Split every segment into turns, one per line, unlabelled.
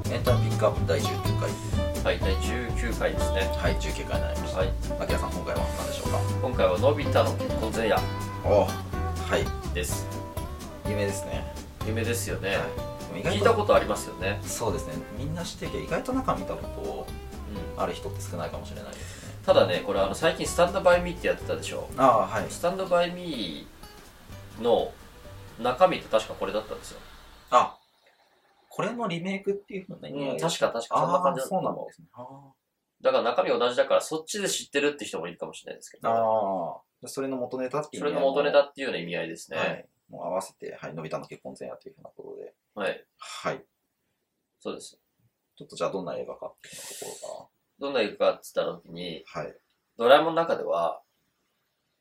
か第19回
はい、第19回ですね。
はい19回になりました
はい、
牧野さん今回は何でしょうか
今回はのび太の結婚前夜
おはい
です。
夢ですね
夢ですよね。
意
聞
外
いた
と
ことありますよね。
そうですねみんな知ってるけど意外と中見たこ
うん。
とある人って少ないかもしれないですね
ただね、これあの最近スタンドバイミーってやってたでしょ。
ああはい
スタンドバイミーの中身って確かこれだったんですよ。
あこれのリメイクっていうふうな意味合い
うん、確か確かそんな
あ
感
あ
じだった
そうなんですねあ
だから中身同じだからそっちで知ってるって人もいるかもしれないですけ
あ
ど、
あそれの元ネタっていう
そ
意味合
れ
い
の
も
元ネタっていうような意味合いですね。
はいもう合わせてはいのび太の結婚前夜というふうなことで
はい。
はい
そうです。
ちょっとじゃあどんな映画かっていうのとこ
どんな映画かって言った時に、
ろがはい
ドラえもんの中では、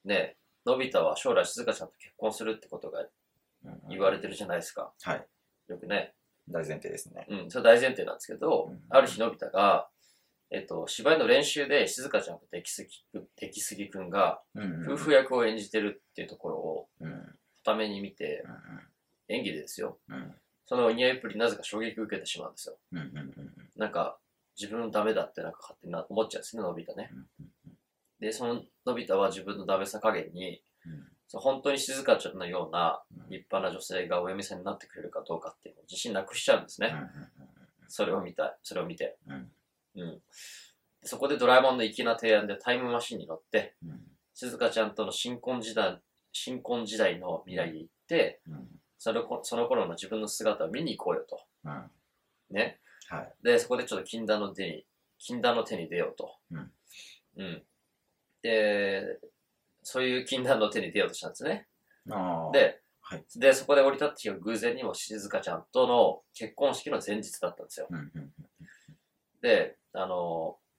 ね、のび太は将来静香ちゃんと結婚するってことが
うんうん
言われてるじゃないですか。
はい。
よくね。
大前提ですね
うん、それ大前提なんですけど、
うん
ある日のび太が、えっと、芝居の練習で静香ちゃんと出来すぎくん、出来すぎくんが夫
夫
婦役を演じてるっていうところを、
うんうん
ために見て、演技でですよ。
うん
そのお似合いっぷりになぜか衝撃を受けてしまうんですよ。
うんうんうんうん
なんか、自分のダメだってなんか勝手にな思っちゃうんですね、のび太ね。で、そののび太は自分のダメさ加減に、そう本当に静香ちゃんのような立派な女性がお嫁さんになってくれるかどうかっていうのを自信なくしちゃうんですね。それを見た、それを見て。
うん
うんそこでドラえもんの粋な提案でタイムマシンに乗って、静香ちゃんとの新婚時代、新婚時代の未来へ行って、そのこその頃の自分の姿を見に行こうよと。ね。
はい
で、そこでちょっと禁断の手に、禁断の手に出ようと。
うん。
うん。で、そういう禁断の手に出ようとしたんですね。
あー
で、
はい
で、そこで降り立った日が偶然にも静香ちゃんとの結婚式の前日だったんですよ。
うんうん
で、あのー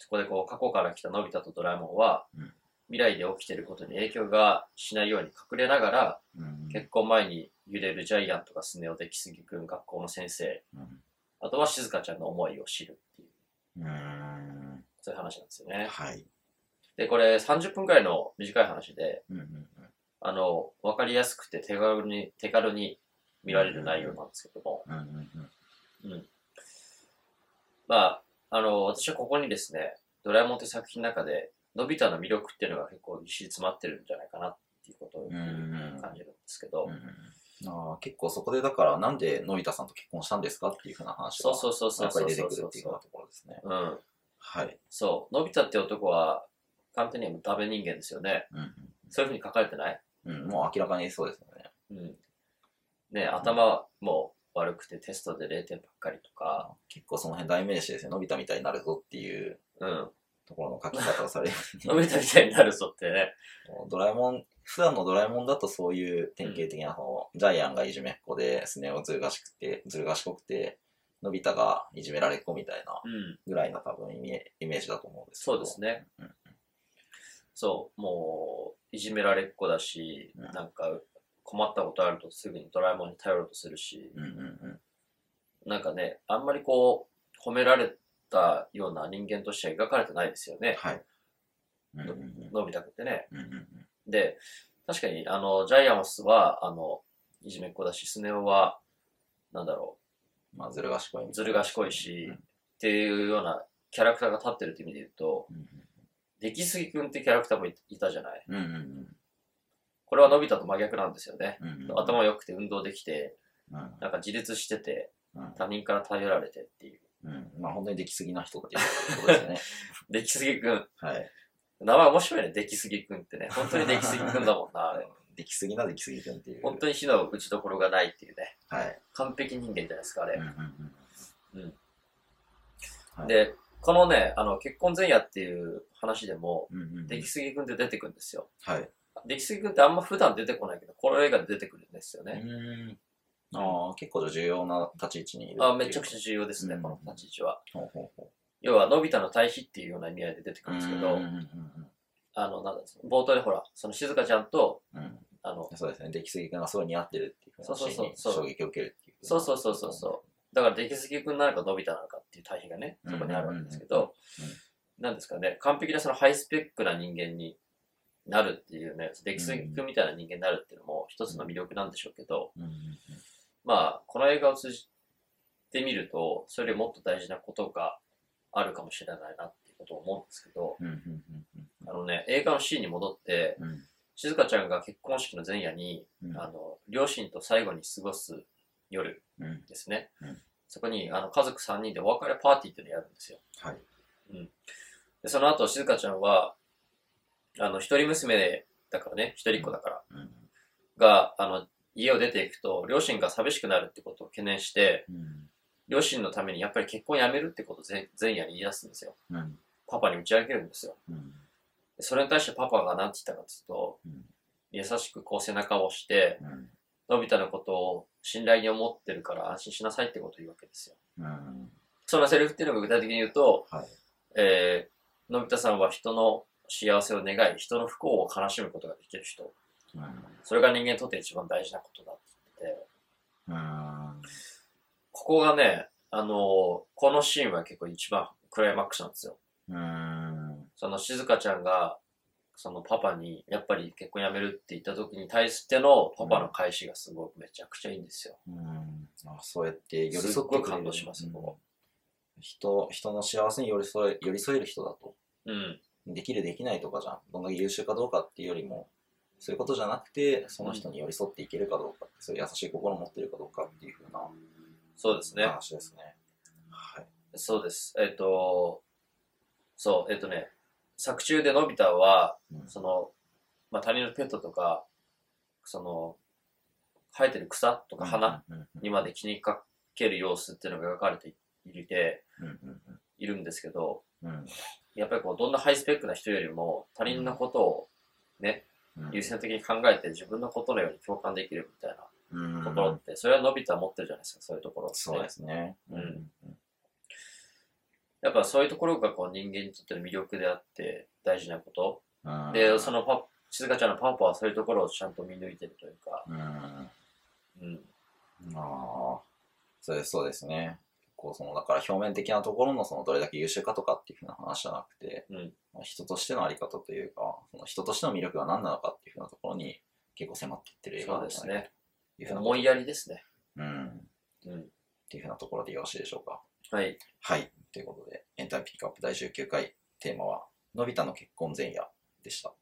そこでこう、過去から来たのび太とドラえもんは、
うん
未来で起きていることに影響がしないように隠れながら、
うん
結婚前に揺れるジャイアントがスネ夫で来すぎくん学校の先生、あとは静香ちゃんの思いを知るっていう、
うんうん
そういう話なんですよね。
はい
で、これ30分くらいの短い話で、
うんうん
あの、わかりやすくて手軽に、手軽に見られる内容なんですけども、
うんうんうん
まあ、あの、私はここにですね、ドラえもんという作品の中で、のび太の魅力っていうのが結構ぎっしり詰まってるんじゃないかなっていうことを
うんうん
感じるんですけど、
うんあー結構そこでだからなんでのび太さんと結婚したんですかっていうふうな話
そ
が
うそうそうそ
や
う
っぱ
そ
り
う
出て
そ
く
う
る
そ
っていうようなところですね
う。うん。
はい
そう。のび太って男は、完全にもうダメ人間ですよね。
うん
そういうふうに書かれてない
うんうんもう明らかにそうですよね
うん。ね頭も悪くてテストで0点ばっかりとか、
結構その辺代名詞ですよのび太みたいになるぞっていう
うん。
ところの書き方をされる
のび太みたいになるぞってね。
ドラえもん、普段のドラえもんだとそういう典型的な、そのジャイアンがいじめっ子で、スネ夫ずる賢くて、ずる賢くて、のび太がいじめられっ子みたいな
うん。
ぐらいの多分イメイメージだと思うんですけど。
そうですね
うん。
そう、もう、いじめられっ子だし、
うん
なんか、困ったことあるとすぐにドラえもんに頼ろうとするし、
うんうん
なんかね、あんまりこう、褒められたような人間としては描かれてないですよ
うん。
ね。
はい。うんうんうん
のび太くんってね。
うんうん
で、確かに、あの、ジャイアンスは、あの、いじめっ子だし、スネ夫は、なんだろ
まあ、ずる賢いみた
う、
いな
ずる賢いし、
うん
っていうようなキャラクターが立ってるって意味で言うと、
うん
出来すぎくんってキャラクターもいいたじゃない。
うんうん
これはのび太と真逆なんですよね。
うんうん。
頭良くて運動できて、
うん
なんか自立してて、
うん
他人から頼られてっていう。
うん。まあ、本当に出来すぎな人っていうことですよね。
出来すぎくん。
はい。
名前面白いね、出来すぎくんってね。本当に出来すぎくんだもんな、 あれ。
出来すぎな出来すぎくんっていう。
本当に火の打ちどころがないっていうね。
はい。
完璧人間じゃないですか、あ
う
れ
ん。うんうん。
で、このね、あの、結婚前夜っていう話でも、
うんうんうん。
出来すぎくんって出てくるんですよ。
はい。
出来すぎくんってあんま普段出てこないけど、この映画で出てくるんですよね。
うんああ、結構重要な立ち位置にいる。
あめちゃくち
ゃ。
ゃ重要ですね、
うん
この立ち位置は。
ほうほうほ
要は、のび太の対比っていうような意味合いで出てく
う。
るんですけ
うん
ど
う、んうん
あの、なんだ冒頭でほら、その静香ちゃんと、
うんうん
あの、
そうですね。出来すぎ君がすごい似合ってるっていうふう
そう
な
そう
シ
そ
ー
う
ンに衝撃を受けるっていう。
そうそうそうそうそう。だから、出来すぎくんなのか、伸びたなのかっていう対比がね、そこにあるわけですけど
うんうんうん、
なんですかね、完璧なそのハイスペックな人間になるっていうね、出来すぎくんみたいな人間になるっていうのも一つの魅力なんでしょうけど、
うんうんうん。
まあ、この映画を通じってみると、それよりもっと大事なことがあるかもしれないなっていうことを思うんですけど、
うんうんうん
あのね、映画のシーンに戻って、
うん
静香ちゃんが結婚式の前夜に、
うん
あの、両親と最後に過ごす夜
うん
ですね。
うん
そこに、あの、家族3人でお別れパーティーっていうのをやるんですよ。
はい
で、その後、静香ちゃんは、あの、一人娘だからね、一人っ子だから、
うん
が、あの、家を出ていくと、両親が寂しくなるってことを懸念して、
うん
両親のためにやっぱり結婚やめるってことを前前夜に言い出すんですよ。
うん
パパに打ち明けるんですよ。
うん
でそれに対してパパが何て言ったかっていうと、
うん
優しくこう背中を押して、
うん
のび太のことを信頼に思ってるから安心しなさいってことを言うわけですよ。
うん
そのセリフっていうのが具体的に言うと、
はい
えー、のび太さんは人の幸せを願い、人の不幸を悲しむことができる人。
うん
それが人間にとって一番大事なことだって言ってて、
うん
ここがね、あのーこのシーンは結構一番クライマックスなんですよ。
うん
その静香ちゃんが、そのパパに、やっぱり結婚やめるって言った時に対してのパパの返しがすごくめちゃくちゃいいんですよ。
うんあそうやって寄り添って
すっごい
くれる
感動します
うん
ここ
人人の幸せに寄り添え寄り添える人だと
うん。
できるできないとかじゃんどんだけ優秀かどうかっていうよりもそういうことじゃなくてその人に寄り添っていけるかどうかってそういう優しい心を持ってるかどうかっていうふうな
そうですね。
話ですねはい
そうです。えっ、と、そう、えっ、とね、作中でのび太は、
うん
その、まあ、他人のペットとか、その、生えてる草とか花
うんうん
にまで気にかける様子っていうのが描かれていて、
うんうん
いるんですけど、
うんうん
やっぱりこう、どんなハイスペックな人よりも、他人のことをね、
うん
優先的に考えて自分のことのように共感できるみたい
うん
なところって、それはのび太は持ってるじゃないですか、そういうところって。
そうですね
うん
うん
やっぱそういうところがこう人間にとっての魅力であって大事なこと。
うん
で、そのパ静香ちゃんのパパはそういうところをちゃんと見抜いてるというか、
うんあ
うん、
あそうですそうですね結構そのだから表面的なところのそのどれだけ優秀かとかっていうふうな話じゃなくて
うん、
人としてのあり方というかその人としての魅力が何なのかっていうふうなところに結構迫っていってる映
そ
画
う
で
ですす
ね
ね。
というふうな
思いやりですね。
うん、っ
うん、
ていうふうなところでよろしいでしょうか。
はい、
はい。ということで、エンタメピックアップ第19回、テーマは、のび太の結婚前夜でした。